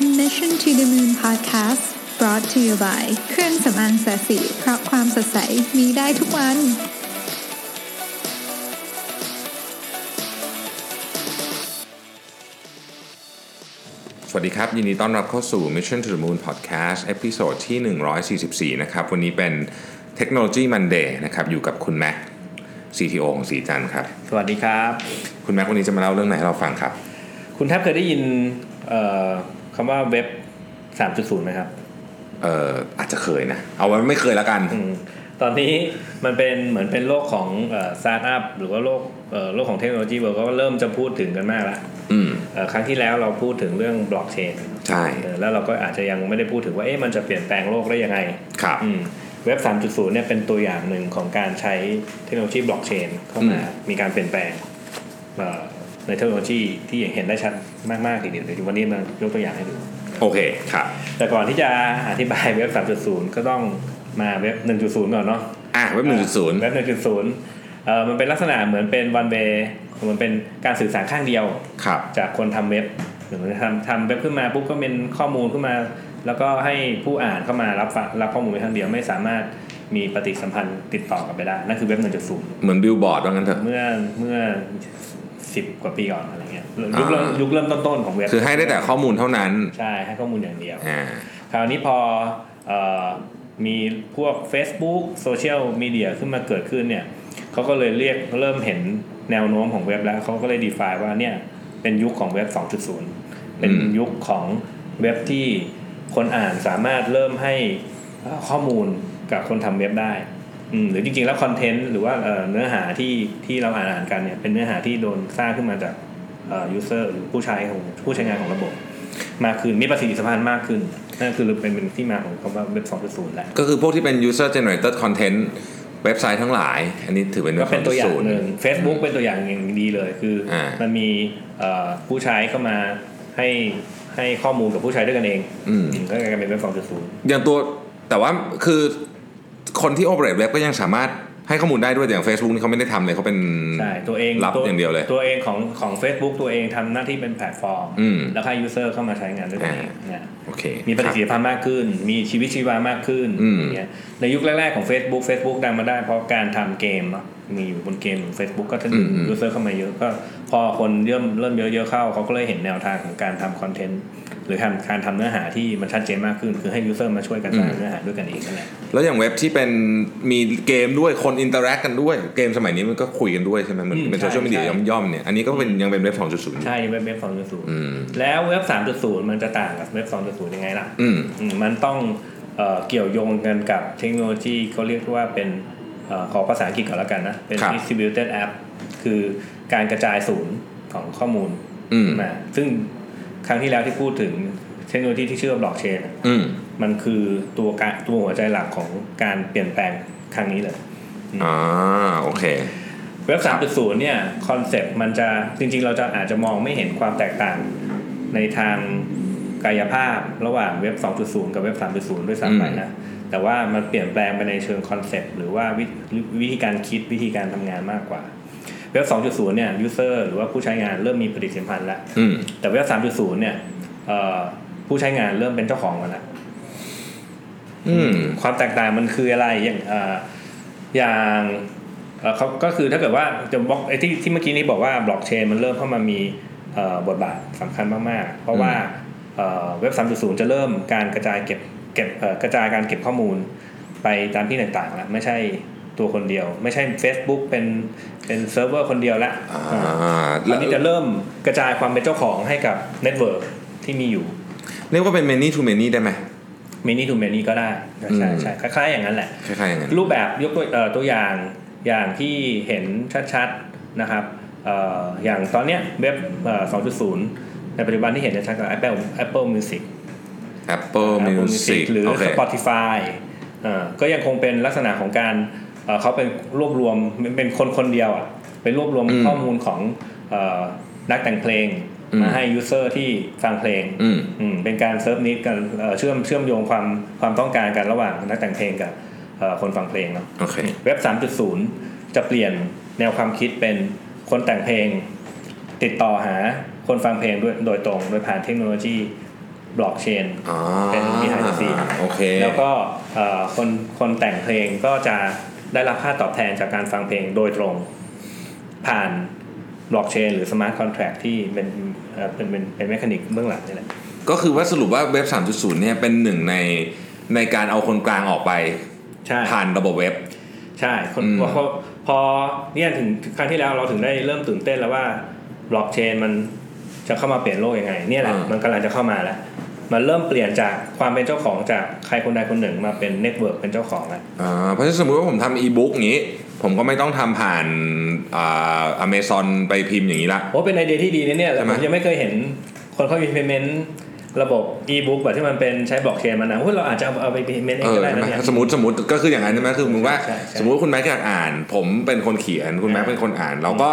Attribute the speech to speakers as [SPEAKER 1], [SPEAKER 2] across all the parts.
[SPEAKER 1] Mission to the Moon Podcast brought to you by เครื่องสำอางแสสีเพราะความสดใสมีได้ทุกวัน
[SPEAKER 2] สวัสดีครับ ยินดีต้อนรับเข้าสู่ Mission to the Moon Podcast เอพิโซดที่ 144 นะครับ วันนี้เป็นเทคโนโลยีมันเดย์นะครับ อยู่กับคุณแม็ก CTO ของสีจันทร์ครับ
[SPEAKER 3] สวัสดีครับ
[SPEAKER 2] คุณแม็กวันนี้จะมาเล่าเรื่องไหนให้เราฟังครับ
[SPEAKER 3] คุณแทบเคยได้ยินเอ่อคำว่าเว็บ 3.0ไหมครับ
[SPEAKER 2] เอ่ออาจจะเคยนะ เอาไว้ไม่เคยแล้วกัน
[SPEAKER 3] อืมตอนนี้มันเป็นเหมือนเป็นโลกของสตาร์ทอัพหรือว่าโลกเอ่อโลกของเทคโนโลยีเราก็เริ่มจะพูดถึงกันมากละ
[SPEAKER 2] อืม
[SPEAKER 3] เอ่อครั้งที่แล้วเราพูดถึงเรื่องบล็อกเชน
[SPEAKER 2] ใช่
[SPEAKER 3] แล้วเราก็อาจจะยังไม่ได้พูดถึงว่าเอ๊ะมันจะเปลี่ยนแปลงโลกได้ยังไง
[SPEAKER 2] ครับ
[SPEAKER 3] อืมเว็บ 3.0 เนี่ยเป็นตัวอย่างหนึ่งของการใช้เทคโนโลยีบล็อกเชนเข้ามา
[SPEAKER 2] อืม
[SPEAKER 3] มีการเปลี่ยนแปลงเอ่อในเทคโนโลยีที่เห็นได้ชัดมากๆทีเดียวเดี๋ยววันนี้มายกตัวอย่างให้ดู
[SPEAKER 2] โอเค ครับ
[SPEAKER 3] แต่ก่อนที่จะอธิบายเว็บ 3.0 ก็ต้องมาเว็บ 1.0 ก่อนเนาะ
[SPEAKER 2] อ่ะเว็บ
[SPEAKER 3] เว็บ 1.0เอ่อมันเป็นลักษณะเหมือนเป็น one way มันเป็นการสื่อสารข้างเดียว
[SPEAKER 2] 1.0 ครับ
[SPEAKER 3] จากคนทำเว็บหรือทำทำเว็บขึ้นมาปุ๊บก็เป็นข้อมูลขึ้นมา แล้วก็ให้ผู้อ่านเข้ามารับฟังรับข้อมูลไปทางเดียวไม่สามารถมีปฏิสัมพันธ์ติดต่อกันไปได้นั่นคือเว็บ 1.0
[SPEAKER 2] เหมือนบิลบอร์ดว่างั้นเถอะ
[SPEAKER 3] เมื่อเมื่อสิบกว่าปีก่อนอะไรเงี้ย
[SPEAKER 2] อ่ายุ
[SPEAKER 3] ยุคเริ่มยุคเริ่มต้นๆของเว็บ
[SPEAKER 2] คือให้ได้แต่ข้อมูลเท่านั้น
[SPEAKER 3] ใช่ให้ข้อมูลอย่างเดียว
[SPEAKER 2] อ่า
[SPEAKER 3] คราวนี้พอเออมีพวก Facebook โซเชียลมีเดียขึ้นมาเกิดขึ้นเนี่ยเขาก็เลยเรียกเริ่มเห็นแนวโน้มของเว็บแล้วเขาก็เลย define ว่าเนี่ยเป็นยุคของเว็บ 2.0 เป็น
[SPEAKER 2] อืม
[SPEAKER 3] ยุคของเว็บที่คนอ่านสามารถเริ่มให้เอ่อข้อมูลกับคนทำเว็บได้อืมหรือจริงๆแล้วคอนเทนต์หรือว่าเอ่อเนื้อหาที่ที่เราอ่านอ่านๆกันเนี่ยเป็นเนื้อหาที่โดนสร้างขึ้นมาจากเอ่อ user หรือผู้ใช้ของผู้ใช้งานของระบบ มากขึ้นมีประสิทธิภาพมากขึ้นนั่นคือเป็นเป็นที่มาของคำว่าเว็บ 2.0แหละ
[SPEAKER 2] ก็คือพวกที่เป็น user generated content เว็บไซต์ทั้งหลาย อันนี้ถือเป็น
[SPEAKER 3] ก็เป็นตัวอย่าง
[SPEAKER 2] 2.0
[SPEAKER 3] หนึ่ง Facebook เป็นตัวอย่างอย่างดีเลยคืออา
[SPEAKER 2] มั
[SPEAKER 3] มันมีเอ่อผู้ใช้เข้ามาให้ให้ข้อมูลกับผู้ใช้ด้วยกันเอง
[SPEAKER 2] อืม
[SPEAKER 3] ก็กลายเป็นเว็บ 2.0
[SPEAKER 2] อย่างตัวแต่ว่าคือคนที่โอเปเรตเว็บก็ยังสามารถให้ข้อมูลได้ด้วยแต่อย่าง Facebook นี่เขาไม่ได้ทำเลยเขาเป็น
[SPEAKER 3] ใช่ ตัวเอง
[SPEAKER 2] รับอย่างเดียวเลย
[SPEAKER 3] ตัวเองของของ Facebook ตัวเองทำหน้าที่เป็นแพลตฟอร์ม
[SPEAKER 2] อืม
[SPEAKER 3] แล้วให้ยูเซอร์เข้ามาใช้งานด้วยกันเอง
[SPEAKER 2] อ่า
[SPEAKER 3] เนี่ย
[SPEAKER 2] โอเค
[SPEAKER 3] มีปฏิ
[SPEAKER 2] ค
[SPEAKER 3] สิท
[SPEAKER 2] รับ
[SPEAKER 3] ธิภาพมากขึ้น มีชีวิตชีวามากขึ้น
[SPEAKER 2] อืม
[SPEAKER 3] อย่างเงี้ยในยุคแรกๆของ Facebook Facebook ดังมาได้เพราะการทำเกมเนอะมีอยู่บนเกมของ Facebook ก็จะดึงยูเซอร์เข้ามาเยอะ ก็พอคนเริ่มเริ่มเยอะๆเข้า เขาก็เลยเห็นแนวทางของการทำคอนเทนต์ หรือการการทำเนื้อหาที่มันชัดเจนมากขึ้น คือให้ยูเซอร์มาช่วยกันสร้างเนื้อหาด้วยกันเองนั่นแหละ
[SPEAKER 2] แล้วอย่างเว็บที่เป็นมีเกมด้วยคนอินเตอร์แอคกันด้วย เกมสมัยนี้มันก็คุยกันด้วยใช่ไหมเหมือน
[SPEAKER 3] อืม
[SPEAKER 2] เป็น
[SPEAKER 3] ใช่
[SPEAKER 2] โซเชียลมีเดีย
[SPEAKER 3] ใช่
[SPEAKER 2] ย่อมๆเนี่ยอันนี้ก็เป็นยังเป็นเว็บ2.0อยู่
[SPEAKER 3] ใช่เว็บเว็บ2.0
[SPEAKER 2] อืม
[SPEAKER 3] แล้วเว็บ 3.0 มันจะต่างกับเว็บ 2.0 ยังไงล่ะ
[SPEAKER 2] อืม
[SPEAKER 3] อืมมันต้องเออเกี่ยวโยงกันกับเทคโนโลยีเขาเรียกว่าเป็นเออขอภาษาอังกฤษก่อนแล้วกันนะ เป็น
[SPEAKER 2] ครับ
[SPEAKER 3] distributed app คือการกระจายศูนย์ของข้อมูล
[SPEAKER 2] อืม
[SPEAKER 3] มาซึ่งครั้งที่แล้วที่พูดถึงเทคโนโลยีที่ชื่อว่าบล็อกเชน
[SPEAKER 2] อืม
[SPEAKER 3] มันคือตัวกะตัวหัวใจหลักของการเปลี่ยนแปลงครั้งนี้เลย
[SPEAKER 2] อ่าโอเค
[SPEAKER 3] เว็บ 3.0 เนี่ยคอนเซปต์มันจะจริง ๆ เราจะอาจจะมองไม่เห็นความแตกต่างในทางกายภาพระหว่างเว็บ 2.0 กับเว็บ 3.0 ด้วยซ้ำไปนะ แต่ว่ามันเปลี่ยนแปลงไปในเชิงคอนเซปต์หรือว่าวิธีวิธีการคิดวิธีการทำงานมากกว่า เว็บ 2.0 เนี่ยยูเซอร์หรือว่าผู้ใช้งานเริ่มมีปฏิสัมพันธ์แล้ว
[SPEAKER 2] อืม
[SPEAKER 3] แต่เว็บ 3.0 เนี่ยเอ่อผู้ใช้งานเริ่มเป็นเจ้าของมันแล้ว
[SPEAKER 2] อืม
[SPEAKER 3] ความแตกต่างมันคืออะไรอย่างเอ่ออย่างเอ่อเขาก็คือถ้าเกิดว่าจะบล็อกไอ้ที่ที่เมื่อกี้นี้บอกว่าบล็อกเชนมันเริ่มเข้ามามีเอ่อบทบาทสำคัญมากๆ เพราะว่าเอ่อเว็บ 3.0 จะเริ่มการกระจายเก็บเก็บเอ่อกระจายการเก็บข้อมูลไปตามที่ต่างๆแล้วไม่ใช่ตัวคนเดียว ไม่ใช่ Facebook เป็นเป็นเซิร์ฟเวอร์คนเดียวละ
[SPEAKER 2] อ่า
[SPEAKER 3] ต
[SPEAKER 2] แล้ว
[SPEAKER 3] อ
[SPEAKER 2] น
[SPEAKER 3] นี้จะเริ่มกระจายความเป็นเจ้าของให้กับเน็ตเวิร์กที่มีอยู่
[SPEAKER 2] เรียกว่าเป็น many to many ได้ไหม
[SPEAKER 3] many to many ก็ได้ใช่ใช่คล้ายๆอย่างนั้นแหละ
[SPEAKER 2] คล้ายๆอย่างนั้น
[SPEAKER 3] รูปแบบยกตัวเอ่อตัวอย่างอย่างที่เห็นชัดๆนะครับเอ่ออย่างตอนเนี้ยเว็บเอ่อ2.0 ในปัจจุบันที่เห็นชัดๆก็ Apple Apple Music
[SPEAKER 2] แอปเปิลมิวสิก
[SPEAKER 3] หรือ
[SPEAKER 2] โอเค
[SPEAKER 3] Spotify เอ่อก็ยังคงเป็นลักษณะของการเอ่อเขาเป็นรวบรวมเป็นเป็นคนคนเดียวอ่ะเป็นรวบรวม
[SPEAKER 2] อืม
[SPEAKER 3] ข้อมูลของเอ่อนักแต่งเพลง
[SPEAKER 2] อืม
[SPEAKER 3] มาให้ยูเซอร์ที่ฟังเพลง
[SPEAKER 2] อืม
[SPEAKER 3] อืมเป็นการเซิร์ฟนิดกันเอ่อเชื่อมเชื่อมโยงความความต้องการกันระหว่างนักแต่งเพลงกับเอ่อคนฟังเพลงเนาะ
[SPEAKER 2] โอเค
[SPEAKER 3] เว็บ 3.0 จะเปลี่ยนแนวความคิดเป็นคนแต่งเพลง ติดต่อหาคนฟังเพลงด้วยโดยตรง โดยผ่านเทคโนโลยี บล็อกเชน
[SPEAKER 2] อ๋อ
[SPEAKER 3] เป็น behind the scene
[SPEAKER 2] โอเค
[SPEAKER 3] แล้วก็เอ่อคนคนแต่งเพลงก็จะได้รับค่าตอบแทนจากการฟังเพลงโดยตรงผ่านบล็อกเชนหรือสมาร์ทคอนแท็กที่เป็นเอ่อเป็นเป็นเป็นแมคานิกเบื้องหลังนี่แหละ
[SPEAKER 2] ก็คือว่าสรุปว่าเว็บ 3.0 เนี่ยเป็นหนึ่งในในการเอาคนกลางออกไป
[SPEAKER 3] ใช่
[SPEAKER 2] ผ่านระบบเว็บ
[SPEAKER 3] ใช่คน
[SPEAKER 2] อืม
[SPEAKER 3] พอพอพอเนี่ยถึงครั้งที่แล้วเราถึงได้เริ่มตื่นเต้นแล้วว่าบล็อกเชนมันจะเข้ามาเปลี่ยนโลกยังไงเนี่ยแหละมันกำลังจะเข้ามาแล้ว มันเริ่มเปลี่ยนจากความเป็นเจ้าของจากใครคนใดคนหนึ่งมาเป็นเน็ตเวิร์กเป็นเจ้าของแล้ว
[SPEAKER 2] อ่าเพราะฉะนั้นสมมติว่าผมทำอีบุ๊กงี้ ผมก็ไม่ต้องทำผ่านอ่าอเมซอนไปพิมพ์อย่างนี้ละ
[SPEAKER 3] โอ้เป็นไอเดียที่ดีนะเนี่ย
[SPEAKER 2] ใช่
[SPEAKER 3] แต่
[SPEAKER 2] ไหม
[SPEAKER 3] ผมยังไม่เคยเห็นคนเขา implement ระบบ e-book แบบที่มันเป็นใช้บล็อกเชนมานะเฮ้ยเราอาจจะเอาเอาไป implement เอ
[SPEAKER 2] เอง อ
[SPEAKER 3] ก็ได้
[SPEAKER 2] ใช่
[SPEAKER 3] นะ
[SPEAKER 2] ไหม
[SPEAKER 3] เนี่ย
[SPEAKER 2] สมมติสมมติก็คืออย่างนั้นใช่ไหมคือมึงว่า
[SPEAKER 3] ใช่ใช่
[SPEAKER 2] สมมติว่าคุณแม็กซ์อยากอ่าน ผมเป็นคนเขียนคุณแม็กซ์
[SPEAKER 3] อ่า
[SPEAKER 2] เป็นคนอ่าน เราก็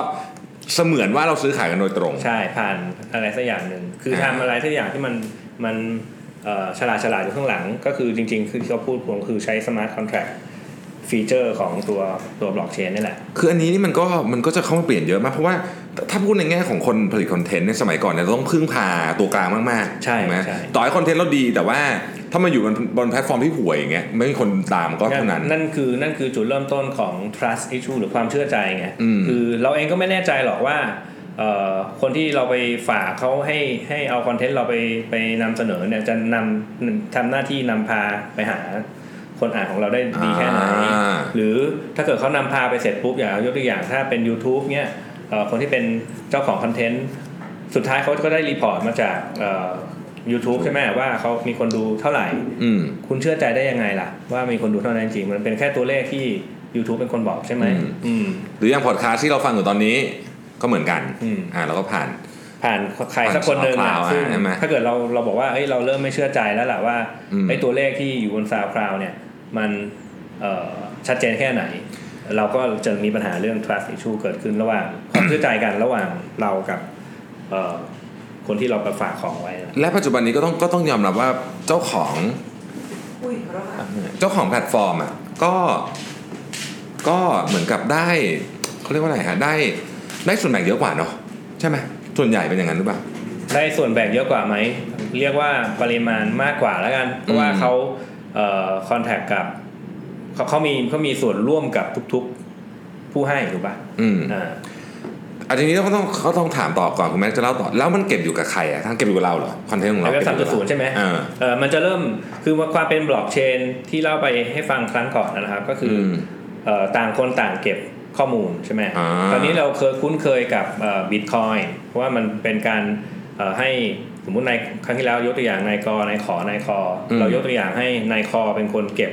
[SPEAKER 2] เสมือนว่าเราซื้อขายกันโดยตรง
[SPEAKER 3] ใช่ผ่านอะไรสักอย่างหนึ่งคือ
[SPEAKER 2] อ่า
[SPEAKER 3] ทำอะไรสักอย่างที่มันมันเอ่อฉลาดฉลาดอยู่ข้างหลัง ก็คือจริง ๆ คือที่เขาพูดผมคือใช้ smart contract ฟีเจอร์ของตัวตัวบล็อกเชนนี่แหละ
[SPEAKER 2] คืออันนี้นี่มันก็มันก็จะเข้ามาเปลี่ยนเยอะมากเพราะว่าถ้าพูดในแง่ของคนผลิตคอนเทนต์ในยสมัยก่อนเนี่ยเราต้องพึ่งพาตัวกลางมากๆ
[SPEAKER 3] ใช่
[SPEAKER 2] ถูกไหม
[SPEAKER 3] ใช่
[SPEAKER 2] ต่อให้คอนเทนต์เราดีแต่ว่าถ้ามันอยู่บนบนแพลตฟอร์มที่ห่วยอย่างเงี้ยไม่มีคนตามก็เท่านั้น
[SPEAKER 3] นคือนั่นคือจุดเริ่มต้นของ trust issue หรือความเชื่อใจไง
[SPEAKER 2] อืม
[SPEAKER 3] คือเราเองก็ไม่แน่ใจหรอกว่าเอ่อคนที่เราไปฝากเขาให้ให้เอาคอนเทนต์เราไปไปนำเสนอเนี่ยจะนำทำหน้าที่นำพาไปหาคนอ่านของเราได้ดีแค่ไหน
[SPEAKER 2] อ่า
[SPEAKER 3] หรือถ้าเกิดเขานำพาไปเสร็จปุ๊บอย่างยกตัวอย่างถ้าเป็น YouTube เนี่ยเอ่อคนที่เป็นเจ้าของคอนเทนต์สุดท้ายเขาก็ได้รีพอร์ตมาจากเอ่อ YouTube ใช่ไหมว่าเขามีคนดูเท่าไหร่
[SPEAKER 2] อืม
[SPEAKER 3] คุณเชื่อใจได้ยังไงล่ะ ว่ามีคนดูเท่านั้นจริงมันเป็นแค่ตัวเลขที่ YouTube เป็นคนบอกใช่ไหม
[SPEAKER 2] อืม
[SPEAKER 3] อืม
[SPEAKER 2] หรืออย่างพอดคาสต์ที่เราฟังอยู่ตอนนี้ก็เหมือนกัน
[SPEAKER 3] อืม
[SPEAKER 2] อ่าเราก็ผ่าน
[SPEAKER 3] ผ่านใครสักคนหนึ่ง
[SPEAKER 2] ผ่าน
[SPEAKER 3] อ่ะ
[SPEAKER 2] SoundCloud
[SPEAKER 3] ซึ่ง
[SPEAKER 2] อ่ะใช่ไหม
[SPEAKER 3] ถ้าเกิดเราเราบอกว่าเอ้ยเราเริ่มไม่เชื่อใจแล้วล่ะว่า
[SPEAKER 2] อืม
[SPEAKER 3] ไอ้ตัวเลขที่อยู่บนซาวคลาวเนี่ย มันเอ่อชัดเจนแค่ไหน เราก็จะมีปัญหาเรื่อง trust issue เกิดขึ้นระหว่าง ความเชื่อใจกันระหว่างเรากับเอ่อคนที่เราไปฝากของไว้นะ
[SPEAKER 2] และปัจจุบันนี้ก็ต้องก็ต้องยอมรับว่าเจ้าของเจ้าของแพลตฟอร์มอ่ะก็ก็เหมือนกับได้เขาเรียกว่าอะไรฮะได้ได้ส่วนแบ่งเยอะกว่าเนาะใช่ไหมส่วนใหญ่เป็นอย่างนั้นหรือเปล่า
[SPEAKER 3] ได้ส่วนแบ่งเยอะกว่าไหม เรียกว่าปริมาณมากกว่าแล้วกัน เพราะว่า
[SPEAKER 2] อืม
[SPEAKER 3] เขาเอ่อ contact กับเขาเขามีเขามีส่วนร่วมกับทุกๆผู้ให้ถูกป่ะ
[SPEAKER 2] อืม
[SPEAKER 3] อ่า
[SPEAKER 2] อันนี้เราก็ต้องเขาต้องถามต่อก่อนคุณแม่จะเล่าต่อแล้วมันเก็บอยู่กับใครอ่ะทั้งเก็บอยู่กับเราเหรอคอนเทนต์ของเรา
[SPEAKER 3] แล้วก็
[SPEAKER 2] เก็บ
[SPEAKER 3] สาม
[SPEAKER 2] อยู่กับ
[SPEAKER 3] จุดศู
[SPEAKER 2] เรา
[SPEAKER 3] นย์ใช่ไหม
[SPEAKER 2] อ่า
[SPEAKER 3] เออมันจะเริ่มคือความเป็นบล็อกเชนที่เล่าไปให้ฟังครั้งก่อนนะครับ ก็คืออ
[SPEAKER 2] ม
[SPEAKER 3] เอ่อต่างคนต่างเก็บข้อมูลใช่ไหม
[SPEAKER 2] อ่า
[SPEAKER 3] ตอนนี้เราเคยคุ้นเคยกับบิตคอยเพราะว่ามันเป็นการเอ่อให้สมมติในครั้งที่แล้วยกตัวอย่างนายกนายขอนายคออเรายกตัวอย่างให้นายคอเป็นคนเก็บ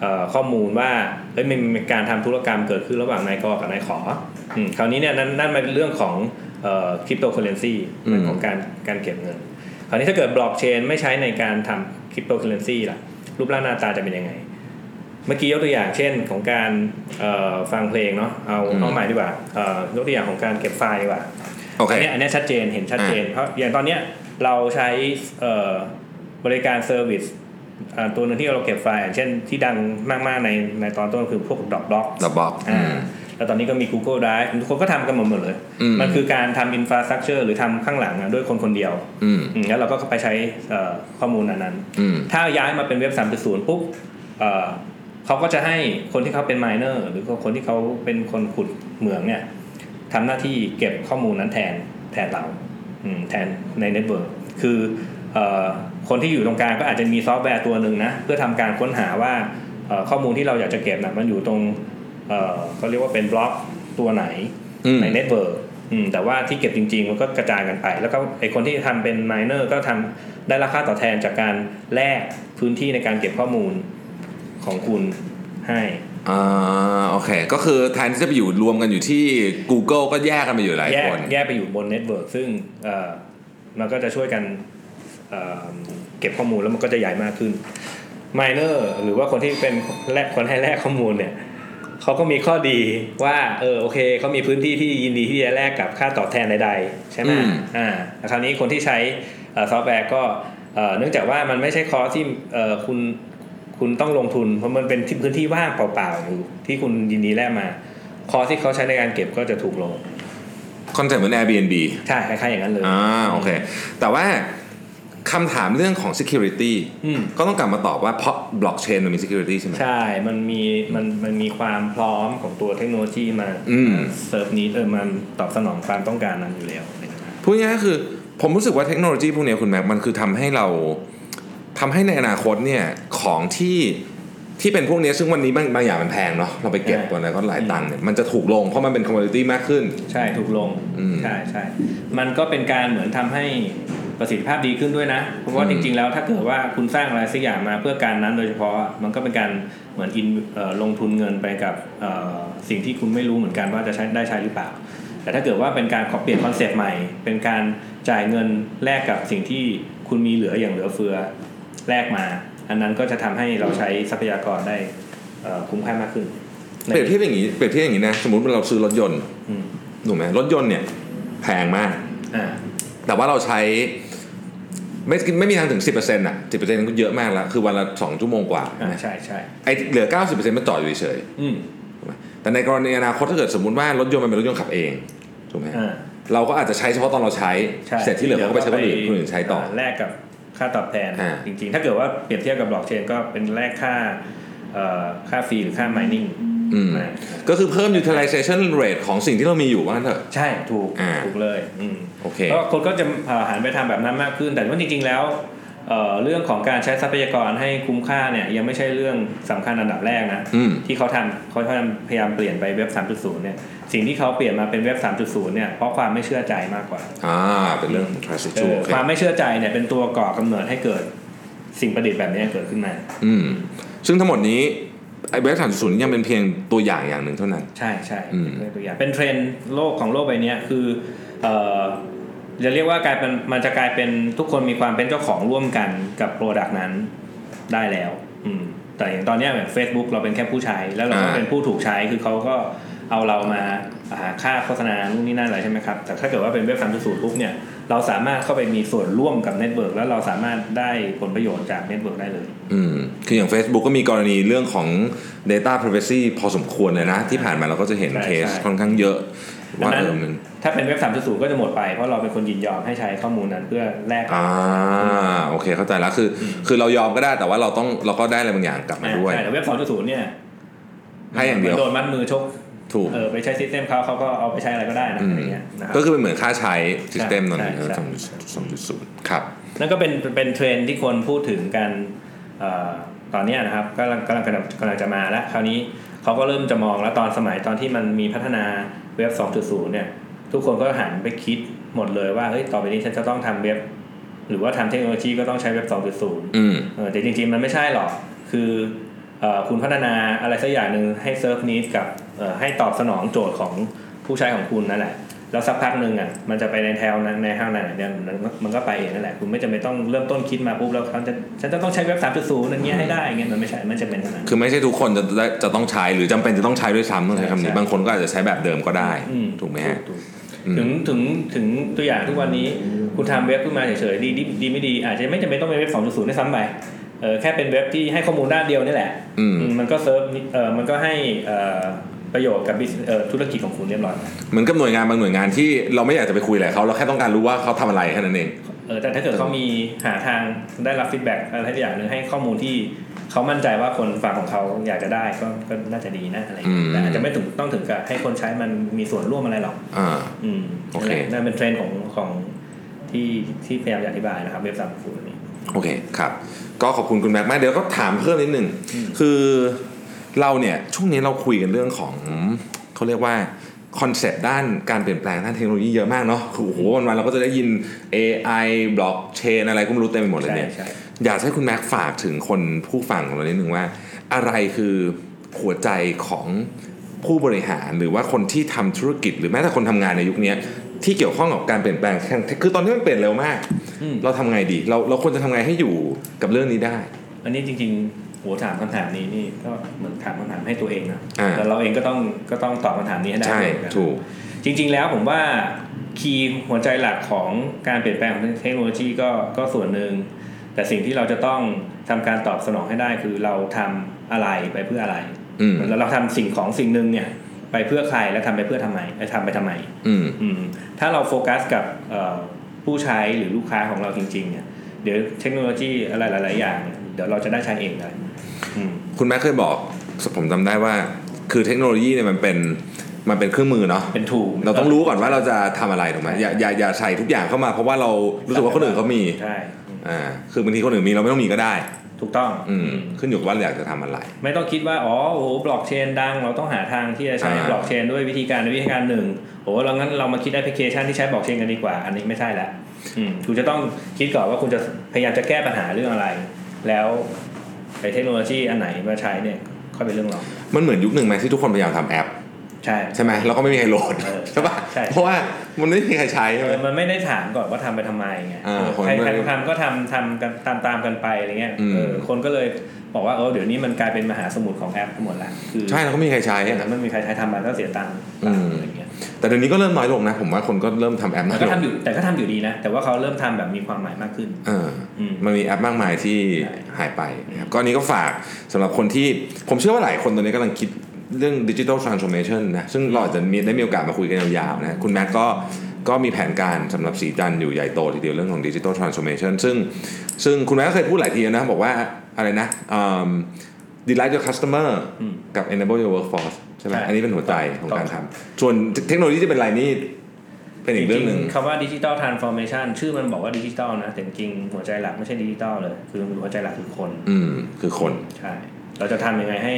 [SPEAKER 3] เอ่อข้อมูลว่าเฮ้ยมันมีการทำธุรกรรมเกิดขึ้นระหว่างนายกกับนายขออืมคราวนี้เนี่ยนั่นนั่นมันเป็นเรื่องของคริปโตเคอเรนซีเรื่องของการการเก็บเงิน คราวนี้ถ้าเกิดบล็อกเชนไม่ใช้ในการทำคริปโตเคอเรนซีล่ะ รูปร่างหน้าตาจะเป็นยังไง เมื่อกี้ยกตัวอย่างเช่นของการเอ่อฟังเพลงเนาะเอา
[SPEAKER 2] อืม
[SPEAKER 3] เอาใหม่ดีกว่าเอ่อยกตัวอย่างของการเก็บไฟล์ดีกว่า
[SPEAKER 2] โอเค
[SPEAKER 3] อันเนี้ยอันเนี้ยชัดเจนเห็นชัดเจน เพราะอย่างตอนเนี้ยเราใช้เอ่อบริการเซอร์วิสอ่าตัวหนึ่งที่เราเก็บไฟล์อย่างเช่นที่ดังมากๆในในตอนต้นคือพวกดอกบล็อก
[SPEAKER 2] The Box อืม
[SPEAKER 3] แล้วตอนนี้ก็มี Google Drive ทุกคนก็ทำกันหมดเลย
[SPEAKER 2] อืม
[SPEAKER 3] มันคือการทำอินฟราสตรักเจอร์หรือทำข้างหลังอะด้วยคนคนเดียว
[SPEAKER 2] อืม
[SPEAKER 3] อืมแล้วเราก็ไปใช้เอ่อข้อมูลอันนั้น
[SPEAKER 2] อืม
[SPEAKER 3] ถ้าย้ายมาเป็นเว็บ 3.0 ปุ๊บเอ่อเขาก็จะให้คนที่เขาเป็น miner หรือคนที่เขาเป็นคนขุดเหมืองเนี่ยทำหน้าที่เก็บข้อมูลนั้นแทนแทนเราอืมแทนในเน็ตเวิร์กคือเออคนที่อยู่ตรงกลางก็อาจจะมีซอฟต์แวร์ตัวหนึ่งนะเพื่อทำการค้นหาว่าเอ่อข้อมูลที่เราอยากจะเก็บนะมันอยู่ตรงเอ่อเขาเรียกว่าเป็นบล็อกตัวไหน
[SPEAKER 2] อืม
[SPEAKER 3] ในเน็ตเวิร์กอืมแต่ว่าที่เก็บจริง ๆ มันก็กระจายกันไป แล้วก็ไอคนที่ทำเป็นม i เนอร์ก็ทำได้ราคาต่อบแทนจากการแลกพื้นที่ในการเก็บข้อมูลของคุณให้
[SPEAKER 2] อ่าโอเค ก็คือแทนที่จะไปอยู่รวมกันอยู่ที่ Google ก็แยกกันไปอยู่หลาย
[SPEAKER 3] แย
[SPEAKER 2] ค
[SPEAKER 3] ก
[SPEAKER 2] น
[SPEAKER 3] แยกไปอยู่บนเน็ตเวิร์กซึ่งเอ่อมันก็จะช่วยกันเอ่อเก็บข้อมูลแล้วมันก็จะใหญ่มากขึ้นม i เนอร์หรือว่าคนที่เป็นแลกคนให้แลกข้อมูลเนี่ยเขาก็มีข้อดีว่าเออโอเคเขามีพื้นที่ที่ยินดีที่จะแลกกับค่าตอบแทนใดๆใช่ไหม
[SPEAKER 2] อืม
[SPEAKER 3] อ่าแต่คราวนี้คนที่ใช้เอ่อซอฟต์แวร์ก็เอ่อเนื่องจากว่ามันไม่ใช่คอร์สที่เอ่อคุณคุณต้องลงทุน เพราะมันเป็นที่พื้นที่ว่างเปล่าๆอยู่ที่คุณยินดีแลกมา คอร์สที่เขาใช้ในการเก็บก็จะถูกลง
[SPEAKER 2] คอนเซ็ปต์เหมือน Airbnb
[SPEAKER 3] ใช่คล้ายๆอย่างนั้นเลย
[SPEAKER 2] อ่าโอเค แต่ว่า คำถามเรื่องของ security
[SPEAKER 3] อืม
[SPEAKER 2] ก็ต้องกลับมาตอบว่าเพราะ blockchain มันมี security ใช่ไหม
[SPEAKER 3] ใช่ มันมีมันมันมีความพร้อมของตัวเทคโนโลยีมา
[SPEAKER 2] อืม
[SPEAKER 3] เซิร์ฟนี้เออมันตอบสนองความต้องการนั้นอยู่แล้วนะครับ
[SPEAKER 2] พูดง่ายๆก็คือผมรู้สึกว่าเทคโนโลยีพวกเนี้ยคุณแม็กมันคือทำให้เราทำให้ในอนาคตเนี่ยของที่ที่เป็นพวกเนี้ยซึ่งวันนี้บางบางอย่างมันแพงเนาะเราไปเก็บ
[SPEAKER 3] ใช่
[SPEAKER 2] วันไหนก็หลายตังค์เนี่ยมันจะถูกลงเพราะมันเป็นคอมมูนิตี้มากขึ้น
[SPEAKER 3] ใช่ถูกลง
[SPEAKER 2] อืม
[SPEAKER 3] ใช่ใช่มันก็เป็นการเหมือนทำให้ประสิทธิภาพดีขึ้นด้วยนะ เพราะว่า
[SPEAKER 2] อื
[SPEAKER 3] จ
[SPEAKER 2] ม
[SPEAKER 3] ริง ๆ แล้วถ้าเกิดว่าคุณสร้างอะไรสักอย่างมาเพื่อการนั้นโดยเฉพาะอะมันก็เป็นการเหมือนอินเอ่อลงทุนเงินไปกับเอ่อสิ่งที่คุณไม่รู้เหมือนกันว่าจะใช้ได้ใช้หรือเปล่า แต่ถ้าเกิดว่าเป็นการเปลี่ยนคอนเซปต์ใหม่ เป็นการจ่ายเงินแลกกับสิ่งที่คุณมีเหลืออย่างเหลือเฟือแลกมา อันนั้นก็จะทำให้เราใช้ทรัพยากรได้เอ่อคุ้มค่ามากขึ้นใน
[SPEAKER 2] เปรียบเทียบอย่างนี้เปรียบเทียบอย่างนี้นะสมมติว่าเราซื้อรถยนต์
[SPEAKER 3] อืม
[SPEAKER 2] ถูกไหมรถยนต์เนี่ยแพงมาก
[SPEAKER 3] อ่า
[SPEAKER 2] แต่ว่าเราใช้ไม่ไม่มีทางถึง 10%อ่ะ10%ก็เยอะมากแล้ว คือวันละ2ชั่วโมงกว่า
[SPEAKER 3] อ่าใช่ใช่
[SPEAKER 2] ไอ้เหลือ 90%มันจอดอยู่เฉย
[SPEAKER 3] อืม
[SPEAKER 2] ๆถูกไหมแต่ในกรณีอนาคตถ้าเกิดสมมติว่ารถยนต์มันเป็นรถยนต์ขับเองถูกไหม
[SPEAKER 3] อ่า
[SPEAKER 2] เราก็อาจจะใช้เฉพาะตอนเราใช้
[SPEAKER 3] ใช่
[SPEAKER 2] เสร็จที่เหลือเขาก็ไปใช้คนอื่นคนอื่นใช้ต่อ
[SPEAKER 3] แลกกับค่าตอบแทน
[SPEAKER 2] อ่า
[SPEAKER 3] จริงๆ ถ้าเกิดว่าเปรียบเทียบกับบล็อกเชนก็เป็นแลกค่าเอ่อค่าฟรีหรือค่า mining
[SPEAKER 2] อืม
[SPEAKER 3] อ่า
[SPEAKER 2] ก็คือเพิ่ม utilization rate ของสิ่งที่เรามีอยู่ว่างั้นเถอะ
[SPEAKER 3] ใช่ถูก
[SPEAKER 2] อ่า
[SPEAKER 3] ถูกเลยอืม
[SPEAKER 2] โอเค
[SPEAKER 3] ก็คนก็จะเอ่อหันไปทำแบบนั้นมากขึ้น แต่ว่าจริงๆแล้วเอ่อเรื่องของการใช้ทรัพยากรให้คุ้มค่าเนี่ยยังไม่ใช่เรื่องสำคัญอันดับแรกนะ
[SPEAKER 2] อืม
[SPEAKER 3] ที่เขาทำเขาพยายามเปลี่ยนไปเว็บ 3.0 เนี่ยสิ่งที่เขาเปลี่ยนมาเป็นเว็บ 3.0 เนี่ยเพราะความไม่เชื่อใจมากกว่า
[SPEAKER 2] อ่า เป็นเรื่องของ trust
[SPEAKER 3] เอ
[SPEAKER 2] issue
[SPEAKER 3] อ
[SPEAKER 2] โอเค
[SPEAKER 3] ความไม่เชื่อใจเนี่ยเป็นตัวก่อกำเนิดให้เกิดสิ่งประดิษฐ์แบบนี้เกิดขึ้นมา
[SPEAKER 2] อืม ซึ่งทั้งหมดนี้ไอ้เว็บฐานศูนย์ยังเป็นเพียงตัวอย่างอย่างหนึ่งเท่านั้น
[SPEAKER 3] ใช่ใช่
[SPEAKER 2] อืม
[SPEAKER 3] เป็นตัวอย่างเป็นเทรนด์โลกของโลกใบเนี้ยคือเอ่อจะเรียกว่ากลายเป็นมันจะกลายเป็นทุกคนมีความเป็นเจ้าของร่วมกันกับโปรดักต์นั้นได้แล้วอืมแต่อย่างตอนเนี้ยแบบ Facebook เราเป็นแค่ผู้ใช้ แล้วเราก็เป็นผู้ถูกใช้คือเขาก็เอาเรามาหาค่าโฆษณานู่นนี่นั่นอะไรใช่ไหมครับ แต่ถ้าเกิดว่าเป็นเว็บ3.0ปุ๊บเนี่ยเราสามารถเข้าไปมีส่วนร่วมกับเน็ตเวิร์กแล้วเราสามารถได้ผลประโยชน์จากเน็ตเวิร์กได้เลย
[SPEAKER 2] อืม คืออย่าง Facebook ก็มีกรณีเรื่องของ data privacy พอสมควรเลยนะ ที่ผ่านมาเราก็จะเห็น
[SPEAKER 3] ใช่
[SPEAKER 2] เคส
[SPEAKER 3] ใช่
[SPEAKER 2] ค่อนข้างเยอะ
[SPEAKER 3] ดัง
[SPEAKER 2] ว่า
[SPEAKER 3] นั้
[SPEAKER 2] เอน อมัน
[SPEAKER 3] ถ้าเป็นเว็บ 3.0 ก็จะหมดไป เพราะเราเป็นคนยินยอมให้ใช้ข้อมูลนั้นเพื่อแลก
[SPEAKER 2] อ่า โอเคเข้าใจแล้วคือ คือเรายอมก็ได้แต่ว่าเราต้องเราก็ได้อะไรบางอย่างกลับมาด้วย
[SPEAKER 3] ใช่แต่เว็บ 2.0 เนี่ย
[SPEAKER 2] ให้อย่างเดียว
[SPEAKER 3] มันโดนมัดมือชก
[SPEAKER 2] ถูก
[SPEAKER 3] เออไปใช้ซิสเต็มเขาเขาก็เอาไปใช้อะไรก็ได้นะ
[SPEAKER 2] อืม
[SPEAKER 3] อะไรเงี้ยนะครับ
[SPEAKER 2] ก็คือเป็นเหมือนค่าใช้ซิสเต็มตอนนี้
[SPEAKER 3] ใช่ใช่
[SPEAKER 2] สองสองจุดศูนย์ครับ
[SPEAKER 3] นั่นก็เป็นเป็นเทรนด์ที่คนพูดถึงกันเอ่อตอนเนี้ยนะครับกำลังกำลังกำลังกำลังจะมาแล้ว คราวนี้เขาก็เริ่มจะมองแล้วตอนสมัยตอนที่มันมีพัฒนาเว็บ 2.0 เนี่ย ทุกคนก็หันไปคิดหมดเลยว่าเฮ้ยต่อไปนี้ฉันจะต้องทำเว็บ หรือว่าทำเทคโนโลยีก็ต้องใช้เว็บ 2.0
[SPEAKER 2] อืม
[SPEAKER 3] เออแต่จริงๆ มันไม่ใช่หรอก คือเอ่อคุณพัฒนาอะไรสักอย่างหนึ่งให้เซิร์ฟนีดกับเอ่อให้ตอบสนองโจทย์ของผู้ใช้ของคุณนั่นแหละ แล้วสักพักหนึ่งอ่ะ มันจะไปในแถวนั้นในแถวไหนเนี่ยมันมันก็ไปเองนั่นแหละ คุณไม่จำเป็นต้องเริ่มต้นคิดมาปุ๊บแล้วฉันจะฉันจะต้องใช้เว็บ 3.0อย่างเงี้ยให้ได้อย่างเงี้ยมันไม่ใช่มันจะเป็นขนาดนั้น
[SPEAKER 2] คือไม่ใช่ทุกคนจะได้จะต้องใช้หรือจำเป็นจะต้องใช้ด้วยซ้ำต้องใช้คำ
[SPEAKER 3] ใช่
[SPEAKER 2] นี้
[SPEAKER 3] ใช่
[SPEAKER 2] บางคนก็อาจจะใช้แบบเดิมก็ได้
[SPEAKER 3] อื
[SPEAKER 2] ถูกไหมฮะ
[SPEAKER 3] ถูก
[SPEAKER 2] อืม
[SPEAKER 3] ถึงถึงถึงตัวอย่างทุกวันนี้คุณทำเว็บขึ้นมาเฉยๆดีดีดีไม่ดี อาจจะไม่จำเป็นต้องเป็นเว็บ 2.0ด้วยซ้ำไปเออแค่เป็นเว็บที่ให้ข้อมูลด้านเดียวนี่แหละ
[SPEAKER 2] อืม
[SPEAKER 3] อืมมันก็เซิร์ฟนิเออมันก็ให้เอ่อประโยชน์กับ business เอ่อธุรกิจของคุณเรียบร้อย
[SPEAKER 2] เหมือนกับหน่วยงานบางหน่วยงานที่เราไม่อยากจะไปคุยอะไรกับเขาเราแค่ต้องการรู้ว่าเขาทำอะไรแค่นั้นเอง
[SPEAKER 3] เออแต่ถ้าเกิดเขามีหาทางได้รับฟีดแบ็กอะไรสักอย่างหนึ่งให้ข้อมูลที่เขามั่นใจว่าคนฝั่งของเขาอยากจะได้ก็ก็น่าจะดีนะอะไรอย่างเงี้
[SPEAKER 2] อืม
[SPEAKER 3] ยแต่อาจจะไม่ถึงต้องถึงกับให้คนใช้มันมีส่วนร่วมอะไรหรอก
[SPEAKER 2] อ่า
[SPEAKER 3] อืม
[SPEAKER 2] โอเค
[SPEAKER 3] นั่นเป็นเทรนด์ของของที่ที่พยายามจะอธิบายนะครับเว็บสามศูนย์นี้
[SPEAKER 2] โอเคครับ ก็ขอบคุณคุณแม็กซ์มากเดี๋ยวก็ถามเพิ่มนิดหนึ่งคือเราเนี่ยช่วงนี้เราคุยกันเรื่องของเขาเรียกว่าคอนเซปต์ด้านการเปลี่ยนแปลงด้านเทคโนโลยีเยอะมากเนาะคือโอ้โหวันๆเราก็จะได้ยิน AI บล็อกเชนอะไรก็ไม่รู้เต็มไปหมดเลย
[SPEAKER 3] ใช่
[SPEAKER 2] เนี่ย
[SPEAKER 3] ใช่
[SPEAKER 2] อยากจะให้คุณแม็กซ์ฝากถึงคนผู้ฟังของเรานิดนึงว่า อะไรคือหัวใจของผู้บริหารหรือว่าคนที่ทำธุรกิจ หรือแม้แต่คนทำงานในยุคเนี้ยที่เกี่ยวข้องกับการเปลี่ยนแปลงทางคือตอนนี้มันเปลี่ยนเร็วมาก
[SPEAKER 3] อืม
[SPEAKER 2] เราทำไงดี เราเราควรจะทำไงให้อยู่กับเรื่องนี้ได้
[SPEAKER 3] อันนี้จริงๆโหัวถามคำถามนี้นี่ก็เหมือนถามคำถามให้ตัวเองนะ
[SPEAKER 2] อ่า
[SPEAKER 3] แต่เราเองก็ต้องก็ต้องตอบคำถามนี้ให้ได้
[SPEAKER 2] ใช่
[SPEAKER 3] เหมือนกัน
[SPEAKER 2] ถูก
[SPEAKER 3] จริงๆ แล้วผมว่าคีย์หัวใจหลักของการเปลี่ยนแปลงของเทคโนโลยีก็ก็ส่วนหนึ่ง แต่สิ่งที่เราจะต้องทำการตอบสนองให้ได้คือเราทำอะไรไปเพื่ออะไร
[SPEAKER 2] อืม
[SPEAKER 3] เหมือนเราทำสิ่งของสิ่งหนึ่งเนี่ยไปเพื่อใครและทำไปเพื่อทำไมและทำไปทำไม
[SPEAKER 2] อืม
[SPEAKER 3] อืมถ้าเราโฟกัสกับเอ่อผู้ใช้หรือลูกค้าของเราจริงๆเนี่ย เดี๋ยวเทคโนโลยีอะไรหลาย ๆ อย่าง เดี๋ยวเราจะได้ใช้เองนะอืม
[SPEAKER 2] คุณแม่เคยบอกผมจำได้ว่า คือเทคโนโลยีเนี่ยมันเป็นมันเป็นเครื่องมือเนาะ
[SPEAKER 3] เป็นถูก
[SPEAKER 2] เราต้องรู้ก่อนว่าเราจะทำอะไรถูกไหมอย่าอย่าอย่าใส่ทุกอย่างเข้ามาเพราะว่าเรารู้สึกว่าคนอื่นเขามี
[SPEAKER 3] ใช่
[SPEAKER 2] อ่าคือบางทีคนอื่นมีเราไม่ต้องมีก็ได้
[SPEAKER 3] ถูกต้อง
[SPEAKER 2] อืมขึ้นอยู่กับว่าเราอยากจะทำอะไร
[SPEAKER 3] ไม่ต้องคิดว่า อ๋อ โอ้โหบล็อกเชนดัง เราต้องหาทางที่จะใช้
[SPEAKER 2] อ่า
[SPEAKER 3] บล็อกเชนด้วยวิธีการวิธีการหนึ่งโอ้เรางั้นเรามาคิดแอปพลิเคชันที่ใช้บล็อกเชนกันดีกว่า อันนี้ไม่ใช่ละอืมคุณจะต้องคิดก่อนว่าคุณจะพยายามจะแก้ปัญหาเรื่องอะไร แล้วไอ้เทคโนโลยีอันไหนมาใช้เนี่ยค่อยเป็นเรื่องรอง
[SPEAKER 2] มันเหมือนยุคหนึ่งไหมที่ทุกคนพยายามทำแอป
[SPEAKER 3] ใช่
[SPEAKER 2] ใช่ไหมแล้วก็ไม่มีใครโหลด
[SPEAKER 3] เออ
[SPEAKER 2] ใช่ป่ะ
[SPEAKER 3] ใช่
[SPEAKER 2] เพราะว่ามันไม่มีใครใช้ใช่
[SPEAKER 3] เอ
[SPEAKER 2] ไหม
[SPEAKER 3] อมันไม่ได้ถามก่อนว่าทำไปทำไมไง
[SPEAKER 2] อ่าคน
[SPEAKER 3] ใคร
[SPEAKER 2] ไม่
[SPEAKER 3] ใครทำก็ทำทำกันตามตามกันไปอะไรเงี้ย
[SPEAKER 2] อืม
[SPEAKER 3] เออคนก็เลยบอกว่าเออเดี๋ยวนี้มันกลายเป็นมหาสมุทรของแอปหมดละคือ
[SPEAKER 2] ใช่แล้วก็ไม่มีใครใช้อะ
[SPEAKER 3] ไม่มีใครใช้ทำมาก็เสียตังค์
[SPEAKER 2] อืม
[SPEAKER 3] อะไรเงี้ย
[SPEAKER 2] แต่เดี๋ยวนี้ก็เริ่มน้อยลงนะ ผมว่าคนก็เริ่มทำแอปน้อ
[SPEAKER 3] แต่
[SPEAKER 2] ย
[SPEAKER 3] ก็
[SPEAKER 2] ล
[SPEAKER 3] ทำ
[SPEAKER 2] ง
[SPEAKER 3] อยู่แต่ก็ทำอยู่ดีนะ แต่ว่าเขาเริ่มทำแบบมีความหมายมากขึ้น
[SPEAKER 2] เออ
[SPEAKER 3] อืม
[SPEAKER 2] มันมีแอปมากมายที่
[SPEAKER 3] ใช่
[SPEAKER 2] หายไปนะครับก็อันนี้ก็ฝากสำหรับคนที่ผมเชื่อว่าหลายคนตอนนี้กำลังคิดเรื่องดิจิทัลทรานส์โอมชันนะ ซึ่งเราอาจจะมีได้มีโอกาสมาคุยกันยาวๆนะคุณแม็กก็ก็มีแผนการสำหรับสีจันทร์อยู่ใหญ่โตทีเดียวเรื่องของดิจิทัลทรานส์โอมชันซึ่งซึ่งคุณแม็กก็เคยพูดหลายทีแล้วนะ บอกว่าอะไรนะอืม delight your customer
[SPEAKER 3] อืม
[SPEAKER 2] กับ enable your workforce ใช่ไหม
[SPEAKER 3] ใช่
[SPEAKER 2] อันนี้เป็นหัวใจของการทำส่วนเทคโนโลยีจะเป็นอะไรนี่เป็นอีกเรื่องหนึ่ง
[SPEAKER 3] จๆคำว่าดิจิตอลทรานส์ฟอร์เมชันชื่อมันบอกว่าดิจิตอลนะ แต่จริงๆหัวใจหลักไม่ใช่ดิจิตอลเลย คือหัวใจหลักคือคน
[SPEAKER 2] อืม คือคน
[SPEAKER 3] ใช่ เราจะทำยังไงให้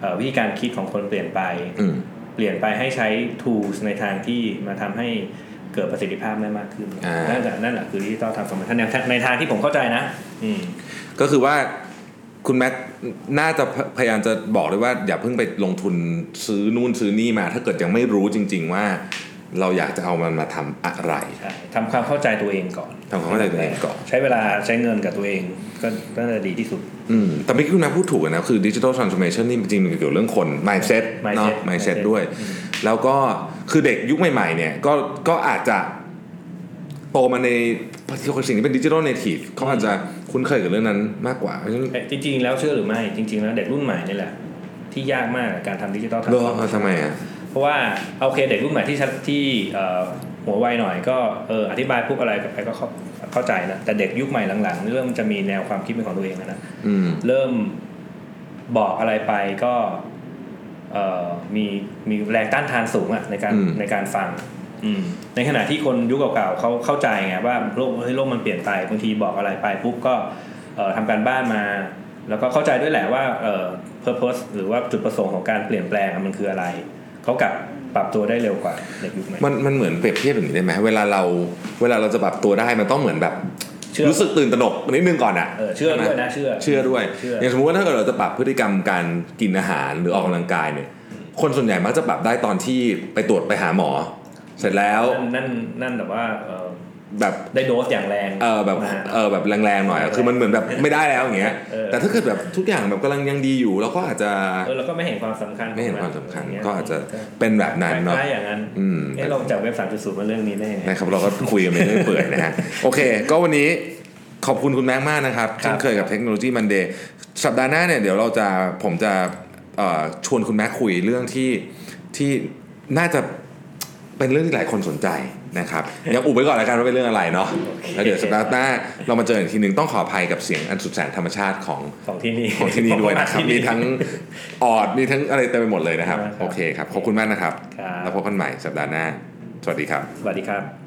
[SPEAKER 3] เอ่อวิธีการคิดของคนเปลี่ยนไป
[SPEAKER 2] อืม
[SPEAKER 3] เปลี่ยนไปให้ใช้ tools ในทางที่มาทำให้เกิดประสิทธิภาพได้มากขึ้น
[SPEAKER 2] อ่านั่
[SPEAKER 3] นั่นแหละนั่นแหละคือดิจิตอลทรานส์ฟอร์เมชันในทางที่ผมเข้าใจนะ อืม
[SPEAKER 2] ก็คือว่าคุณแม็กน่าจะพยายามจะบอกเลยว่า อย่าเพิ่งไปลงทุนซื้อนู่นซื้อนี่มา ถ้าเกิดยังไม่รู้จริง ๆ ว่า เราอยากจะเอามันมาทำอะไร
[SPEAKER 3] ใช่ทำความเข้าใจตัวเองก่อน
[SPEAKER 2] ทำความเข้าใจตัวเองก่อน
[SPEAKER 3] ใช้เวลาใช้เงินกับตัวเองก็น่าจะดีที่สุด
[SPEAKER 2] อืม แต่เมื่อกี้คุณแม็กพูดถูกอะนะ คือดิจิทัลทรานส์ o r เมชันนี่จริงๆมันเกี่ยวกับเรื่องคน mindset เนาะ
[SPEAKER 3] mindset
[SPEAKER 2] mindset
[SPEAKER 3] mindset
[SPEAKER 2] ด้วย แล้วก็คือเด็กยุคใหม่ๆเนี่ยก็ก็อาจจะโตมาในสิ่งที่เป็นดิจิทัลเนทีฟเขาอาจจะคุ้นเคยกับเรื่องนั้นมากกว่าเพราะฉะนั้น
[SPEAKER 3] เอ๊ะจริงๆ แล้วเชื่อหรือไม่จริง ๆ แล้วเด็กรุ่นใหม่นี่แหละ ที่ยากมากกับการทำดิจิตอลทราน
[SPEAKER 2] เหร
[SPEAKER 3] ส์ฟอร์เม
[SPEAKER 2] อ
[SPEAKER 3] ชัน
[SPEAKER 2] ทำไมอ่ะ
[SPEAKER 3] เพราะว่าโอเคเด็กรุ่นใหม่ที่ชัดที่เอ่อหัวไวหน่อยก็เอออธิบายพวกอะไรกับไปก็เข้าเข้าใจนะ แต่เด็กยุคใหม่หลังๆ เริ่มจะมีแนวความคิดเป็นของตัวเองแล้วนะ
[SPEAKER 2] อืม
[SPEAKER 3] เริ่มบอกอะไรไปก็เอ่อมีมีแรงต้านทานสูงอะในการ
[SPEAKER 2] อืม
[SPEAKER 3] ในการฟังอืมในขณะที่คนยุคเก่าๆเขาเข้าใจไงว่าโลกเฮ้ยโลกมันเปลี่ยนไปบางทีบอกอะไรไปปุ๊บก็เอ่อทำการบ้านมา แล้วก็เข้าใจด้วยแหละว่าเอ่อ purpose หรือว่าจุดประสงค์ของการเปลี่ยนแปลงอะมันคืออะไร เขากลับปรับตัวได้เร็วกว่าเด็กยุคใหม่
[SPEAKER 2] มันมันเหมือนเปรียบเทียบอย่างนี้ได้ไหมเวลาเราเวลาเราจะปรับตัวได้มันต้องเหมือนแบบ
[SPEAKER 3] เชื่อ
[SPEAKER 2] รู้สึกตื่นตระหนกนิดนึงก่อนอ่ะ
[SPEAKER 3] เออเชื่อด้วยนะเชื่อ
[SPEAKER 2] เชื่อด้วย
[SPEAKER 3] เชื่อ
[SPEAKER 2] อ
[SPEAKER 3] อ
[SPEAKER 2] ย่างสมมติว่าถ้าเกิดเราจะปรับพฤติกรรมการกินอาหารหรือออกกำลังกายเนี่ย คนส่วนใหญ่มักจะปรับได้ตอนที่ไปตรวจไปหาหมอ เสร็จแล้ว
[SPEAKER 3] นั่นนั่นนั่นแต่ว่าเอ่อ
[SPEAKER 2] แบบ
[SPEAKER 3] ได้โดสอย่างแรง
[SPEAKER 2] เออแบบ
[SPEAKER 3] มา
[SPEAKER 2] เออแบบแรงๆหน่อยอะคือมันเหมือนแบบไม่ได้แล้วอย่างเงี้ย
[SPEAKER 3] เออ
[SPEAKER 2] แต่ถ้าเกิดแบบทุกอย่างแบบกำลังยังดีอยู่เราก็อาจจะ
[SPEAKER 3] เออเราก็ไม่เห็นความสำคัญของ
[SPEAKER 2] ไม่เห็นความสำคัญ
[SPEAKER 3] ะไรเงี้ย
[SPEAKER 2] ก็อาจจะเป็นแบบนั้นเนาะ
[SPEAKER 3] คล้ยๆอย่างนั้น
[SPEAKER 2] อืม
[SPEAKER 3] เอ้เราจากเว็บสามจุดศูนย์มาเรื่องนี้ได้ยังไง
[SPEAKER 2] นะครับเราก็คุยกันไปเรื่อยเปื่อยนะฮะ โอเค ก็วันนี้ขอบคุณคุณแม็กซ์มากนะครับ
[SPEAKER 3] ครับ
[SPEAKER 2] เช่นเคยกับเทคโนโลยีมันเดย์สัปดาห์หน้าเนี่ยเดี๋ยวเราจะผมจะเอ่อชวนคุณแม็กซ์คุยเรื่องที่ที่น่าจะเป็นเรื่องที่หลายคนสนใจ นะครับ ยังอุบไว้ก่อนแล้วกันว่าเป็นเรื่องอะไรเนาะแล้วเดี๋ยวสัปดาห์หน้าเรามาเจออีกทีหนึ่งต้องขออภัยกับเสียงอันสุดแสนธรรมชาติของ
[SPEAKER 3] ของที่นี่
[SPEAKER 2] ของที่นี่ด้วยนะครับ
[SPEAKER 3] ของที่
[SPEAKER 2] มีทั้งออดมีทั้งอะไรเต็มไปหมดเลยนะครับ
[SPEAKER 3] ครับ
[SPEAKER 2] โอเคครับขอบคุณมากนะครับ
[SPEAKER 3] ครับ
[SPEAKER 2] แล้วพบกันใหม่สัปดาห์หน้า สวัสดีครับ
[SPEAKER 3] สวัสดีครับ